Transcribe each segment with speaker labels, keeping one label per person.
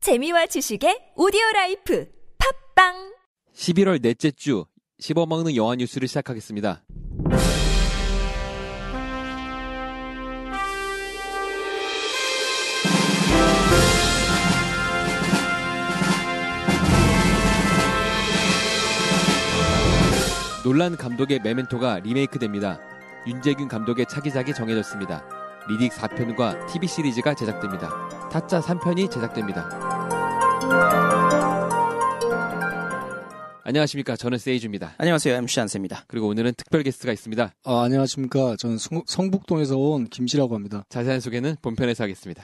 Speaker 1: 재미와 지식의 오디오 라이프 팝빵
Speaker 2: 11월 넷째 주 씹어먹는 영화 뉴스를 시작하겠습니다. 논란 감독의 메멘토가 리메이크됩니다. 윤재균 감독의 차기작이 정해졌습니다. 리딕 4편과 TV 시리즈가 제작됩니다. 타짜 3편이 제작됩니다. 안녕하십니까. 저는 세이주입니다.
Speaker 3: 안녕하세요. MC 안세입니다.
Speaker 2: 그리고 오늘은 특별 게스트가 있습니다.
Speaker 4: 아, 안녕하십니까. 저는 성, 북동에서온 김씨라고 합니다.
Speaker 2: 자세한 소개는 본편에서 하겠습니다.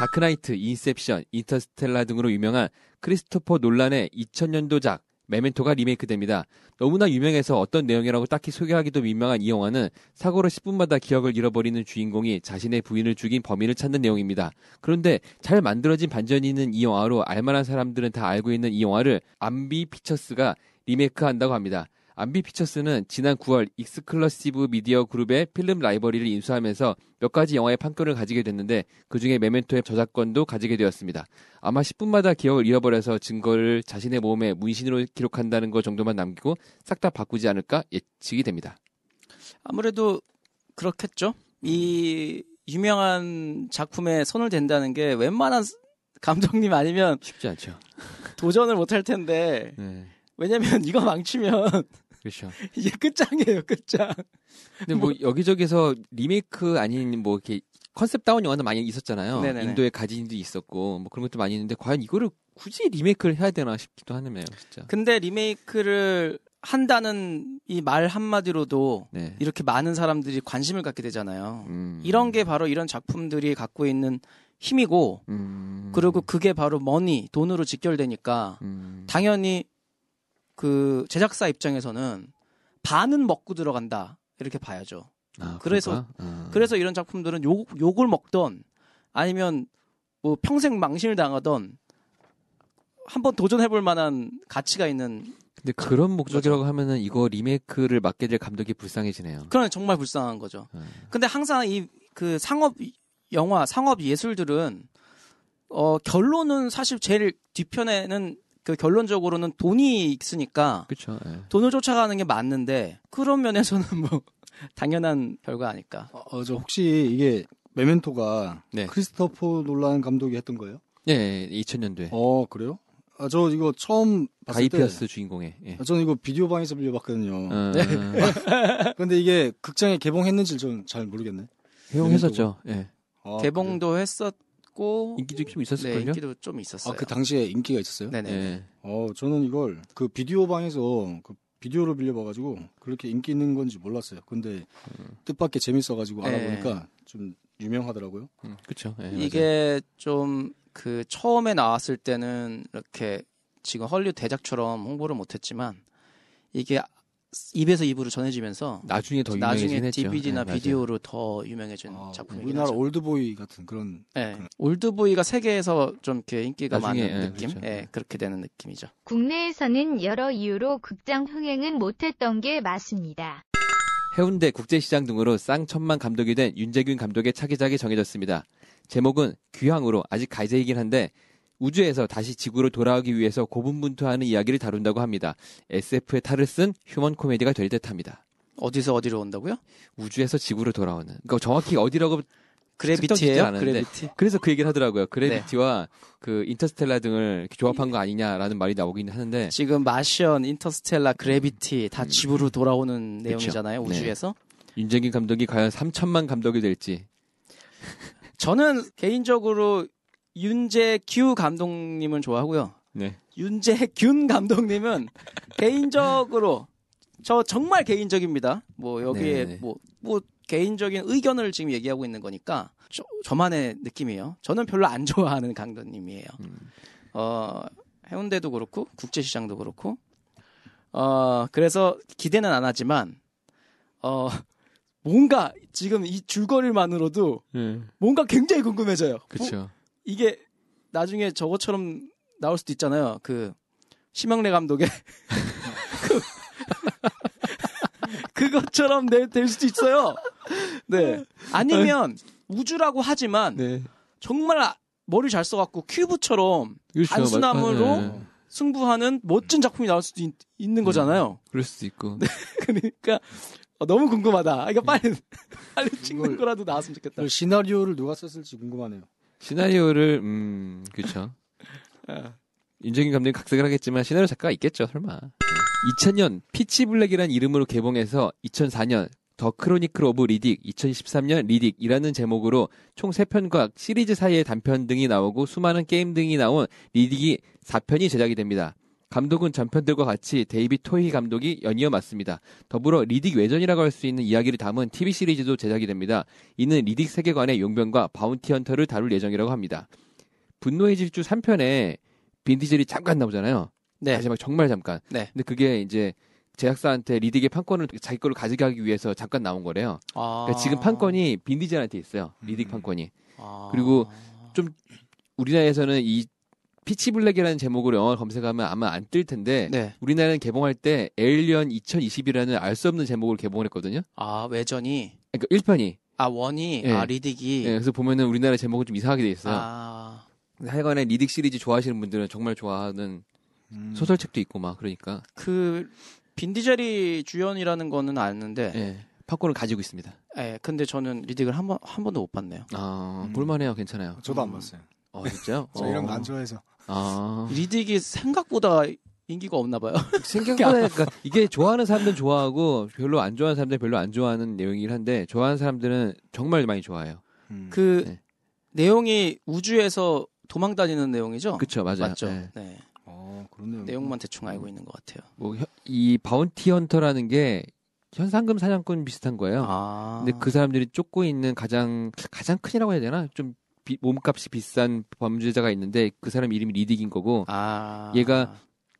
Speaker 2: 다크나이트, 인셉션, 인터스텔라 등으로 유명한 크리스토퍼 논란의 2000년도작 메멘토가 리메이크됩니다. 너무나 유명해서 어떤 내용이라고 딱히 소개하기도 민망한 이 영화는 사고로 10분마다 기억을 잃어버리는 주인공이 자신의 부인을 죽인 범인을 찾는 내용입니다. 그런데 잘 만들어진 반전이 있는 이 영화로 알만한 사람들은 다 알고 있는 이 영화를 암비 피처스가 리메이크한다고 합니다. 암비 피처스는 지난 9월 익스클러시브 미디어 그룹의 필름 라이버리를 인수하면서 몇 가지 영화의 판권을 가지게 됐는데 그중에 메멘토의 저작권도 가지게 되었습니다. 아마 10분마다 기억을 잃어버려서 증거를 자신의 몸에 문신으로 기록한다는 것 정도만 남기고 싹 다 바꾸지 않을까 예측이 됩니다.
Speaker 3: 아무래도 그렇겠죠. 이 유명한 작품에 손을 댄다는 게 웬만한 스- 감독님 아니면
Speaker 2: 쉽지 않죠.
Speaker 3: 도전을 못 할 텐데
Speaker 2: 네,
Speaker 3: 왜냐면 이거 망치면
Speaker 2: 그렇죠.
Speaker 3: 이게 끝장이에요, 끝장.
Speaker 2: 근데 뭐 여기저기서 리메이크 아닌 뭐 이렇게 컨셉 다운 영화도 많이 있었잖아요.
Speaker 3: 네네네.
Speaker 2: 인도의 가진도 있었고 뭐 그런 것도 많이 있는데 과연 이거를 굳이 리메이크를 해야 되나 싶기도 하네요, 진짜.
Speaker 3: 근데 리메이크를 한다는 이 말 한마디로도
Speaker 2: 네.
Speaker 3: 이렇게 많은 사람들이 관심을 갖게 되잖아요.
Speaker 2: 음.
Speaker 3: 이런 게 바로 이런 작품들이 갖고 있는 힘이고
Speaker 2: 음.
Speaker 3: 그리고 그게 바로 머니, 돈으로 직결되니까
Speaker 2: 음.
Speaker 3: 당연히 그 제작사 입장에서는 반은 먹고 들어간다 이렇게 봐야죠.
Speaker 2: 아,
Speaker 3: 그래서-
Speaker 2: 그런가? 아.
Speaker 3: 그래서 이런 작품들은 욕, 욕을 먹던 아니면 뭐 평생 망신을 당하던 한번 도전해볼 만한 가치가 있는
Speaker 2: 근데 그런 목적이라고 하면은 이거 리메이크를 맡게 될 감독이 불쌍해지네요.
Speaker 3: 그런 정말 불쌍한 거죠.
Speaker 2: 음.
Speaker 3: 근데 항상 이 그 상업 영화, 상업 예술들은 어 결론은 사실 제일 뒤편에는 그 결론적으로는 돈이 있으니까
Speaker 2: 그렇죠. 예.
Speaker 3: 돈을 쫓아가는 게 맞는데 그런 면에서는 뭐 당연한 결과 아닐까.
Speaker 4: 어, 어, 저 혹시 이게 메멘토가
Speaker 2: 네.
Speaker 4: 크리스토퍼 놀란 감독이 했던 거예요?
Speaker 2: 예, 예, 2000년도에
Speaker 4: 어, 그래요? 아, 저 이거 처음 봤을 때
Speaker 2: 가이피아스 주인공의. 예.
Speaker 4: 아, 저는 이거 비디오 방에서 빌려봤거든요.
Speaker 2: 어,
Speaker 3: 네.
Speaker 4: 근데 이게 극장에 개봉했는지 저는 잘 모르겠네.
Speaker 2: 해용했었죠. 예.
Speaker 4: 아, 그래요?
Speaker 3: 개봉도 했었고
Speaker 2: 인기도 좀
Speaker 3: 네,
Speaker 2: 있었을걸요.
Speaker 3: 인기도 좀 있었어요.
Speaker 4: 아, 그 당시에 인기가 있었어요?
Speaker 3: 네네.
Speaker 2: 예.
Speaker 4: 어, 저는 이걸 그 비디오 방에서 그 비디오로 빌려봐가지고 그렇게 인기 있는 건지 몰랐어요. 근데 뜻밖의 재밌어가지고
Speaker 3: 네.
Speaker 4: 알아보니까 좀 유명하더라고요.
Speaker 2: 음, 그렇죠. 예, 맞아요.
Speaker 3: 이게 좀 그 처음에 나왔을 때는 이렇게 지금 헐리우드 대작처럼 홍보를 못했지만 이게 입에서 입으로 전해지면서
Speaker 2: 나중에 더 유명해진
Speaker 3: 나중에
Speaker 2: 했죠.
Speaker 3: DVD나
Speaker 2: 예, 맞아요.
Speaker 3: 비디오로 더 유명해진
Speaker 4: 아,
Speaker 3: 작품이긴
Speaker 4: 우리나라
Speaker 3: 하죠.
Speaker 4: 올드보이 같은 그런
Speaker 3: 네. 올드보이가 세계에서 좀 이렇게 인기가
Speaker 2: 나중에, 예,
Speaker 3: 많은 느낌,
Speaker 2: 그렇죠.
Speaker 3: 예, 그렇게 되는 느낌이죠.
Speaker 5: 국내에서는 여러 이유로 극장 흥행은 못했던 게 맞습니다.
Speaker 2: 해운대 국제시장 등으로 쌍천만 감독이 된 윤재균 감독의 차기작이 정해졌습니다. 제목은 귀향으로 아직 가이제이긴 한데 우주에서 다시 지구로 돌아오기 위해서 고분분투하는 이야기를 다룬다고 합니다. SF의 탈을 쓴 휴먼 코미디가 될 듯합니다.
Speaker 3: 어디서 어디로 온다고요?
Speaker 2: 우주에서 지구로 돌아오는. 그러니까 정확히 어디라고
Speaker 3: 그래비티예요.
Speaker 2: 않은데. 네.
Speaker 3: 그래비티.
Speaker 2: 그래서 그 얘기를 하더라고요. 그래비티와
Speaker 3: 네.
Speaker 2: 그 인터스텔라 등을 이렇게 조합한 거 아니냐라는 말이 나오긴 하는데
Speaker 3: 지금 마션, 인터스텔라, 그래비티 다 집으로 돌아오는 내용이잖아요
Speaker 2: 음. 네.
Speaker 3: 우주에서.
Speaker 2: 윤재균 감독이 과연 3천만 감독이 될지
Speaker 3: 저는 개인적으로 윤재규 감독님은 좋아하고요.
Speaker 2: 네.
Speaker 3: 윤재균 감독님은 개인적으로 저 정말 개인적입니다. 뭐 여기에
Speaker 2: 네.
Speaker 3: 뭐, 뭐 개인적인 의견을 지금 얘기하고 있는 거니까 저, 저만의 느낌이에요. 저는 별로 안 좋아하는 감독님이에요.
Speaker 2: 음.
Speaker 3: 어, 해운대도 그렇고 국제시장도 그렇고 어, 그래서 기대는 안 하지만 어, 뭔가 지금 이 줄거리만으로도 뭔가 굉장히 궁금해져요. 뭐,
Speaker 2: 그렇죠.
Speaker 3: 이게 나중에 저것처럼 나올 수도 있잖아요. 그 심영래 감독의 그, 그것처럼 내- 될 수도 있어요. 네. 아니면 우주라고 하지만
Speaker 2: 네.
Speaker 3: 정말 아- 머리 잘 써갖고 큐브처럼
Speaker 2: 그렇죠.
Speaker 3: 단수나무로?
Speaker 2: 네, 네.
Speaker 3: 승부하는 멋진 작품이 나올 수도 있, 는 거잖아요.
Speaker 2: 그럴 수도 있고.
Speaker 3: 그러니까 어, 너무 궁금하다. 이거 빨리 빨리 찍는
Speaker 4: 이걸-
Speaker 3: 거라도 나왔으면 좋겠다.
Speaker 4: 그 시나리오를 누가 썼을지 궁금하네요.
Speaker 2: 시나리오를 음 그렇죠. 윤정인 감독이 각색을 하겠지만 시나리오 작가가 있겠죠 설마. 2000년 피치 블랙이란 이름으로 개봉해서 2004년 더 크로니클 오브 리딕, 2013년 리딕이라는 제목으로 총 3편과 시리즈 사이의 단편 등이 나오고 수많은 게임 등이 나온 리딕이 4편이 제작이 됩니다. 감독은 전편들과 같이 데이비 토이 감독이 연이어 맡습니다. 더불어 리딕 외전이라고 할 수 있는 이야기를 담은 TV 시리즈도 제작이 됩니다. 이는 리딕 세계관의 용병과 바운티 헌터를 다룰 예정이라고 합니다. 분노의 질주 3편에 빈디젤이 잠깐 나오잖아요.
Speaker 3: 네.
Speaker 2: 마지막 정말 잠깐.
Speaker 3: 네.
Speaker 2: 근데 그게 이제 제작사한테 리딕의 판권을 자기 걸로 가지게 하기 위해서 잠깐 나온 거래요.
Speaker 3: 아.
Speaker 2: 그러니까 지금 판권이 빈디젤한테 있어요. 리딕
Speaker 4: 음.
Speaker 2: 판권이.
Speaker 3: 아.
Speaker 2: 그리고 우리나라에서는 이 피치 블랙이라는 제목으로 영화를 검색하면 아마 안 뜰 텐데
Speaker 3: 네.
Speaker 2: 우리나라는 개봉할 때 에일리언 2020이라는 알 수 없는 제목으로 개봉을 했거든요.
Speaker 3: 아 외전이
Speaker 2: 그러니까 1편이.
Speaker 3: 아 원이
Speaker 2: 예.
Speaker 3: 아 리딕이
Speaker 2: 그래서 보면은 우리나라 제목은 좀 이상하게 돼 있어요.
Speaker 3: 아.
Speaker 2: 근데 하여간에 리딕 시리즈 좋아하시는 분들은 정말 좋아하는
Speaker 4: 음.
Speaker 2: 소설책도 있고 막 그러니까
Speaker 3: 그 빈디젤이 주연이라는 거는 아는데 예.
Speaker 2: 예, 팝콘을 가지고 있습니다.
Speaker 3: 근데 저는 리딕을 한 번 한 번도 못 봤네요.
Speaker 2: 아
Speaker 4: 음.
Speaker 2: 볼만해요, 괜찮아요.
Speaker 4: 저도 안
Speaker 3: 음.
Speaker 4: 봤어요.
Speaker 2: 어 진짜요?
Speaker 4: 저 이런
Speaker 2: 어.
Speaker 4: 거 안 좋아해서.
Speaker 2: 아
Speaker 3: 리딕이 생각보다 인기가 없나 봐요.
Speaker 2: 생각보다 그러니까 이게 좋아하는 사람들은 좋아하고 별로 안 좋아하는 사람들은 별로 안 좋아하는 내용이긴 한데 좋아하는 사람들은 정말 많이 좋아해요.
Speaker 4: 음.
Speaker 3: 그
Speaker 2: 네.
Speaker 3: 내용이 우주에서 도망 다니는 내용이죠?
Speaker 2: 그쵸 맞아요.
Speaker 3: 맞죠?
Speaker 2: 예.
Speaker 3: 네.
Speaker 4: 어, 그런 내용.
Speaker 3: 내용만 대충 알고 있는 것 같아요.
Speaker 2: 뭐, 혀- 이 바운티 헌터라는 게 현상금 사냥꾼 비슷한 거예요.
Speaker 3: 아.
Speaker 2: 음. 근데 그 사람들이 쫓고 있는 가장 가장 큰이라고 해야 되나 좀 비- 몸값이 비싼 범죄자가 있는데 그 사람 이름이 리딕인 거고
Speaker 3: 아.
Speaker 2: 얘가-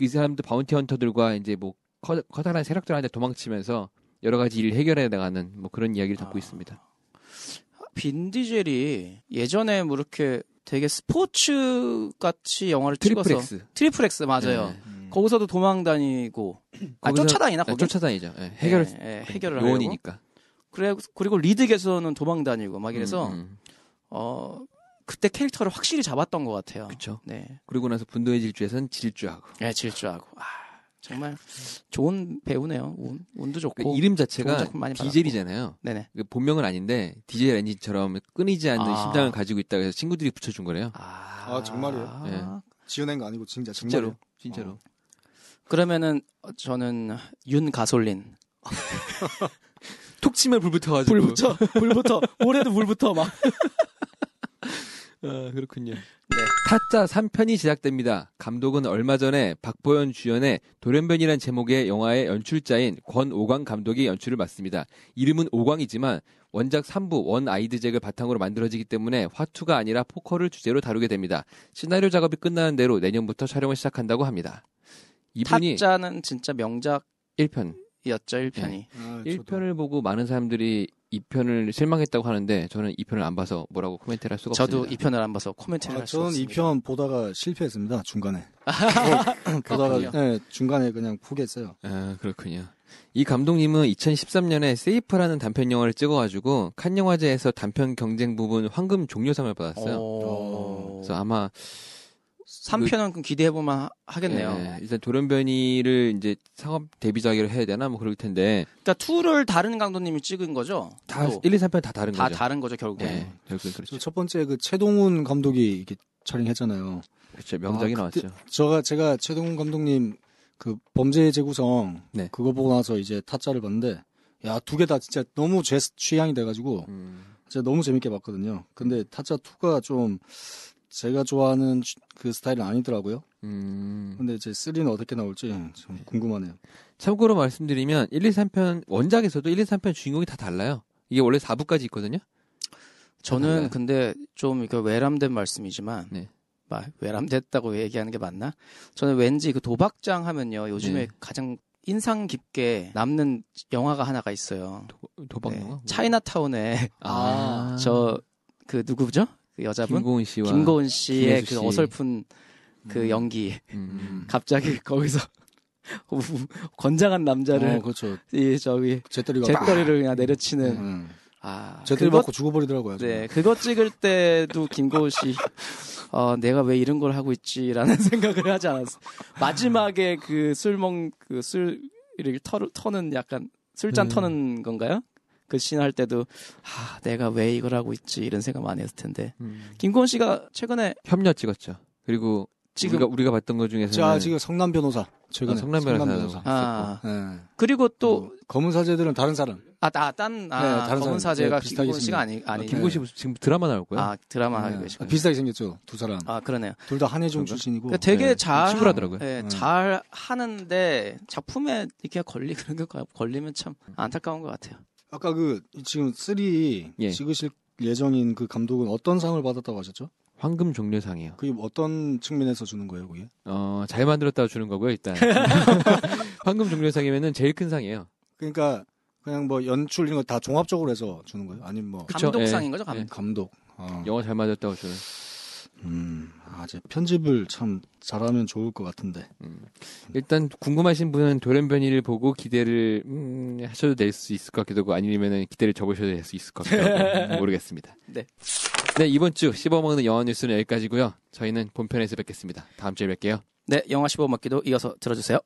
Speaker 2: 이 사람도 바운티 헌터들과 이제 뭐 커, 다란 세력들한테 도망치면서 여러 가지 일 해결해 나가는 뭐 그런 이야기를 담고
Speaker 3: 아.
Speaker 2: 있습니다.
Speaker 3: 빈 디젤이 예전에 뭐 이렇게 되게 스포츠 같이 영화를
Speaker 2: 트리플
Speaker 3: 찍어서
Speaker 2: X
Speaker 3: 트리플렉스 맞아요.
Speaker 2: 네.
Speaker 4: 음.
Speaker 3: 거기서도 도망 다니고 아
Speaker 2: 거기서-
Speaker 3: 쫓아다니나
Speaker 2: 아,
Speaker 3: 거기
Speaker 2: 쫓아다니죠. 예, 해결
Speaker 3: 예, 예, 해결을 하고
Speaker 2: 요원이니까.
Speaker 3: 그래 그리고 리드에서는 도망 다니고 막 이래서
Speaker 2: 음, 음.
Speaker 3: 어 그때 캐릭터를 확실히 잡았던 것 같아요.
Speaker 2: 그쵸.
Speaker 3: 네,
Speaker 2: 그리고 나서 분노의 질주에선 질주하고
Speaker 3: 예, 질주하고 아 정말 좋은 배우네요. 운, 운도
Speaker 2: 그러니까
Speaker 3: 좋고
Speaker 2: 이름
Speaker 3: 좋은
Speaker 2: 자체가
Speaker 3: 작품 많이
Speaker 2: 디젤이잖아요.
Speaker 3: 네네.
Speaker 2: 그 본명은 아닌데 디젤 엔진처럼 끊이지 않는
Speaker 3: 아.
Speaker 2: 심장을 가지고 있다 그래서 친구들이 붙여준 거래요.
Speaker 3: 아,
Speaker 4: 아, 정말이에요?
Speaker 2: 예.
Speaker 4: 지어낸 거 아니고 진짜
Speaker 2: 진짜로
Speaker 4: 정말로.
Speaker 3: 어.
Speaker 2: 진짜로.
Speaker 3: 그러면은 어, 저는 윤 가솔린
Speaker 2: 톡 치면 불 붙어가지고.
Speaker 3: 불부터 올해도 불부터 막
Speaker 2: 아, 그렇군요. 타짜 3편이 제작됩니다. 감독은 얼마 전에 박보현 주연의 돌연변이란 제목의 영화의 연출자인 권오광 감독이 연출을 맡습니다. 이름은 오광이지만 원작 3부 원 아이드잭을 바탕으로 만들어지기 때문에 화투가 아니라 포커를 주제로 다루게 됩니다. 시나리오 작업이 끝나는 대로 내년부터 촬영을 시작한다고 합니다. 이분이
Speaker 3: 타짜는 진짜 명작이었죠
Speaker 2: 1편,
Speaker 3: 1편이
Speaker 4: 아, 저도.
Speaker 2: 1편을 보고 많은 사람들이 2편을 실망했다고 하는데 저는 2편을 안 봐서 뭐라고 코멘트를 할 수가
Speaker 3: 저도
Speaker 2: 없습니다.
Speaker 3: 2편을 안 봐서 코멘트를
Speaker 4: 아,
Speaker 3: 할 수
Speaker 4: 저는
Speaker 3: 없습니다.
Speaker 4: 2편 보다가 실패했습니다. 중간에.
Speaker 3: 그렇군요.
Speaker 4: 보다가 네, 중간에 그냥 포기했어요.
Speaker 2: 아, 그렇군요. 이 감독님은 2013년에 세이프라는 단편 영화를 찍어가지고 칸 영화제에서 단편 경쟁 부분 황금 종려상을 받았어요.
Speaker 3: 오.
Speaker 2: 그래서 아마
Speaker 3: 3편은 기대해보면 하겠네요.
Speaker 2: 그 예, 일단 돌연변이를 이제 상업 데뷔작으로 해야 되나 뭐 그럴 텐데
Speaker 3: 그러니까 2를 다른 감독님이 찍은 거죠?
Speaker 2: 다
Speaker 3: 또.
Speaker 2: 1, 2, 3편 다 다른
Speaker 3: 다 네.
Speaker 2: 거죠.
Speaker 3: 다른 거죠, 결국에.
Speaker 2: 예, 결국엔
Speaker 4: 저
Speaker 2: 그렇죠.
Speaker 4: 첫 번째 그 최동훈 감독이 이게 촬영했잖아요.
Speaker 2: 그렇죠. 명작이
Speaker 4: 아, 그때-
Speaker 2: 나왔죠.
Speaker 4: 제가 제가 최동훈 감독님 그 범죄의 재구성
Speaker 2: 네.
Speaker 4: 그거 보고 나서 이제 타짜를 봤는데 야 두 개 다 진짜 너무 제 취향이 돼가지고
Speaker 2: 음,
Speaker 4: 진짜 너무 재밌게 봤거든요. 근데 타짜 2가 좀 제가 좋아하는 슈- 그 스타일은 아니더라고요.
Speaker 2: 음.
Speaker 4: 근데 이제 3는 어떻게 나올지 좀 궁금하네요.
Speaker 2: 참고로 말씀드리면 1, 2, 3편 원작에서도 1, 2, 3편 주인공이 다 달라요. 이게 원래 4부까지 있거든요.
Speaker 3: 저는
Speaker 2: 달라요.
Speaker 3: 근데 좀 이거 외람된 말씀이지만
Speaker 2: 네.
Speaker 3: 막 외람됐다고 얘기하는 게 맞나? 저는 왠지 그 도박장 하면요. 요즘에
Speaker 2: 네.
Speaker 3: 가장 인상 깊게 남는 영화가 하나가 있어요.
Speaker 2: 도박
Speaker 3: 네.
Speaker 2: 영화. 뭐.
Speaker 3: 차이나타운에
Speaker 2: 아,
Speaker 3: 저 그 누구죠? 그 여자분
Speaker 2: 김고은 씨와
Speaker 3: 김고은 씨의
Speaker 2: 김혜수
Speaker 3: 그
Speaker 2: 씨.
Speaker 3: 어설픈 그
Speaker 4: 음.
Speaker 3: 연기
Speaker 2: 음.
Speaker 3: 갑자기 거기서 권장한 남자를
Speaker 4: 어, 그렇죠.
Speaker 3: 이 저기
Speaker 4: 제떨이가
Speaker 3: 제거리를 그냥 내려치는
Speaker 4: 음.
Speaker 3: 아,
Speaker 4: 제대로
Speaker 3: 그것-
Speaker 4: 받고 죽어버리더라고요.
Speaker 3: 네,
Speaker 4: 네.
Speaker 3: 그거 찍을 때도 김고은 씨, 어, 내가 왜 이런 걸 하고 있지라는 생각을 하지 않았어. 마지막에 그 술 먹, 그 술, 이렇게 터, 터는 약간, 술잔
Speaker 2: 네.
Speaker 3: 터는 건가요? 그 씬 할 때도, 아, 내가 왜 이걸 하고 있지, 이런 생각 많이 했을 텐데.
Speaker 2: 음.
Speaker 3: 김고은 씨가 최근에
Speaker 2: 협녀 찍었죠. 그리고
Speaker 3: 지금,
Speaker 2: 우리가 우리가 봤던 것 중에서는
Speaker 4: 자, 지금 성남 변호사. 최근에.
Speaker 2: 네. 아, 성남 변호사.
Speaker 3: 아,
Speaker 4: 네.
Speaker 3: 그리고 또,
Speaker 4: 뭐, 검은 사제들은 다른 사람.
Speaker 3: 아, 나, 딴, 아,
Speaker 4: 네, 다른
Speaker 3: 검은
Speaker 4: 사람,
Speaker 3: 사제가
Speaker 4: 네, 비슷하게
Speaker 3: 김고은 씨가 아니, 아니,
Speaker 4: 김-
Speaker 2: 김고 씨 지금 드라마 나올 거예요.
Speaker 3: 아, 드라마 하고
Speaker 4: 네.
Speaker 3: 계시군요.
Speaker 4: 비슷하게 생겼죠. 두 사람.
Speaker 3: 아, 그러네요.
Speaker 4: 둘 다 한혜종
Speaker 2: 그런가?
Speaker 4: 출신이고.
Speaker 3: 그러니까 되게
Speaker 4: 네.
Speaker 3: 잘
Speaker 2: 치졸하더라고요.
Speaker 3: 예,
Speaker 4: 음.
Speaker 3: 잘 하는데 작품에 이렇게 걸리 그런 거 걸리면 참 안타까운 것 같아요.
Speaker 4: 아까 그 지금 쓰리
Speaker 2: 예.
Speaker 4: 찍으실 예정인 그 감독은 어떤 상을 받았다고 하셨죠?
Speaker 2: 황금 종려상이에요.
Speaker 4: 그게 뭐 어떤 측면에서 주는 거예요, 그게?
Speaker 2: 어, 잘 만들었다 주는 거고요, 일단. 황금 종려상이면은 제일 큰 상이에요.
Speaker 4: 그러니까 그냥 뭐 연출 이런 거 다 종합적으로 해서 주는 거예요? 아니면 뭐
Speaker 2: 그쵸,
Speaker 3: 감독상인
Speaker 2: 예,
Speaker 3: 거죠, 감독.
Speaker 2: 예.
Speaker 4: 감독? 아,
Speaker 2: 영화 잘 만들었다고 주는.
Speaker 4: 음, 아, 제 편집을 참 잘하면 좋을 것 같은데.
Speaker 2: 일단 궁금하신 분은 돌연변이를 보고 기대를 음, 하셔도 될 수 있을 것 같기도 하고 아니면은 기대를 접으셔도 될 수 있을 것 같기도 하고 음, 모르겠습니다.
Speaker 3: 네.
Speaker 2: 네, 이번 주 씹어먹는 영화 뉴스는 여기까지고요. 저희는 본편에서 뵙겠습니다. 다음 주에 뵐게요.
Speaker 3: 네, 영화 15 먹기도 이어서 들어주세요.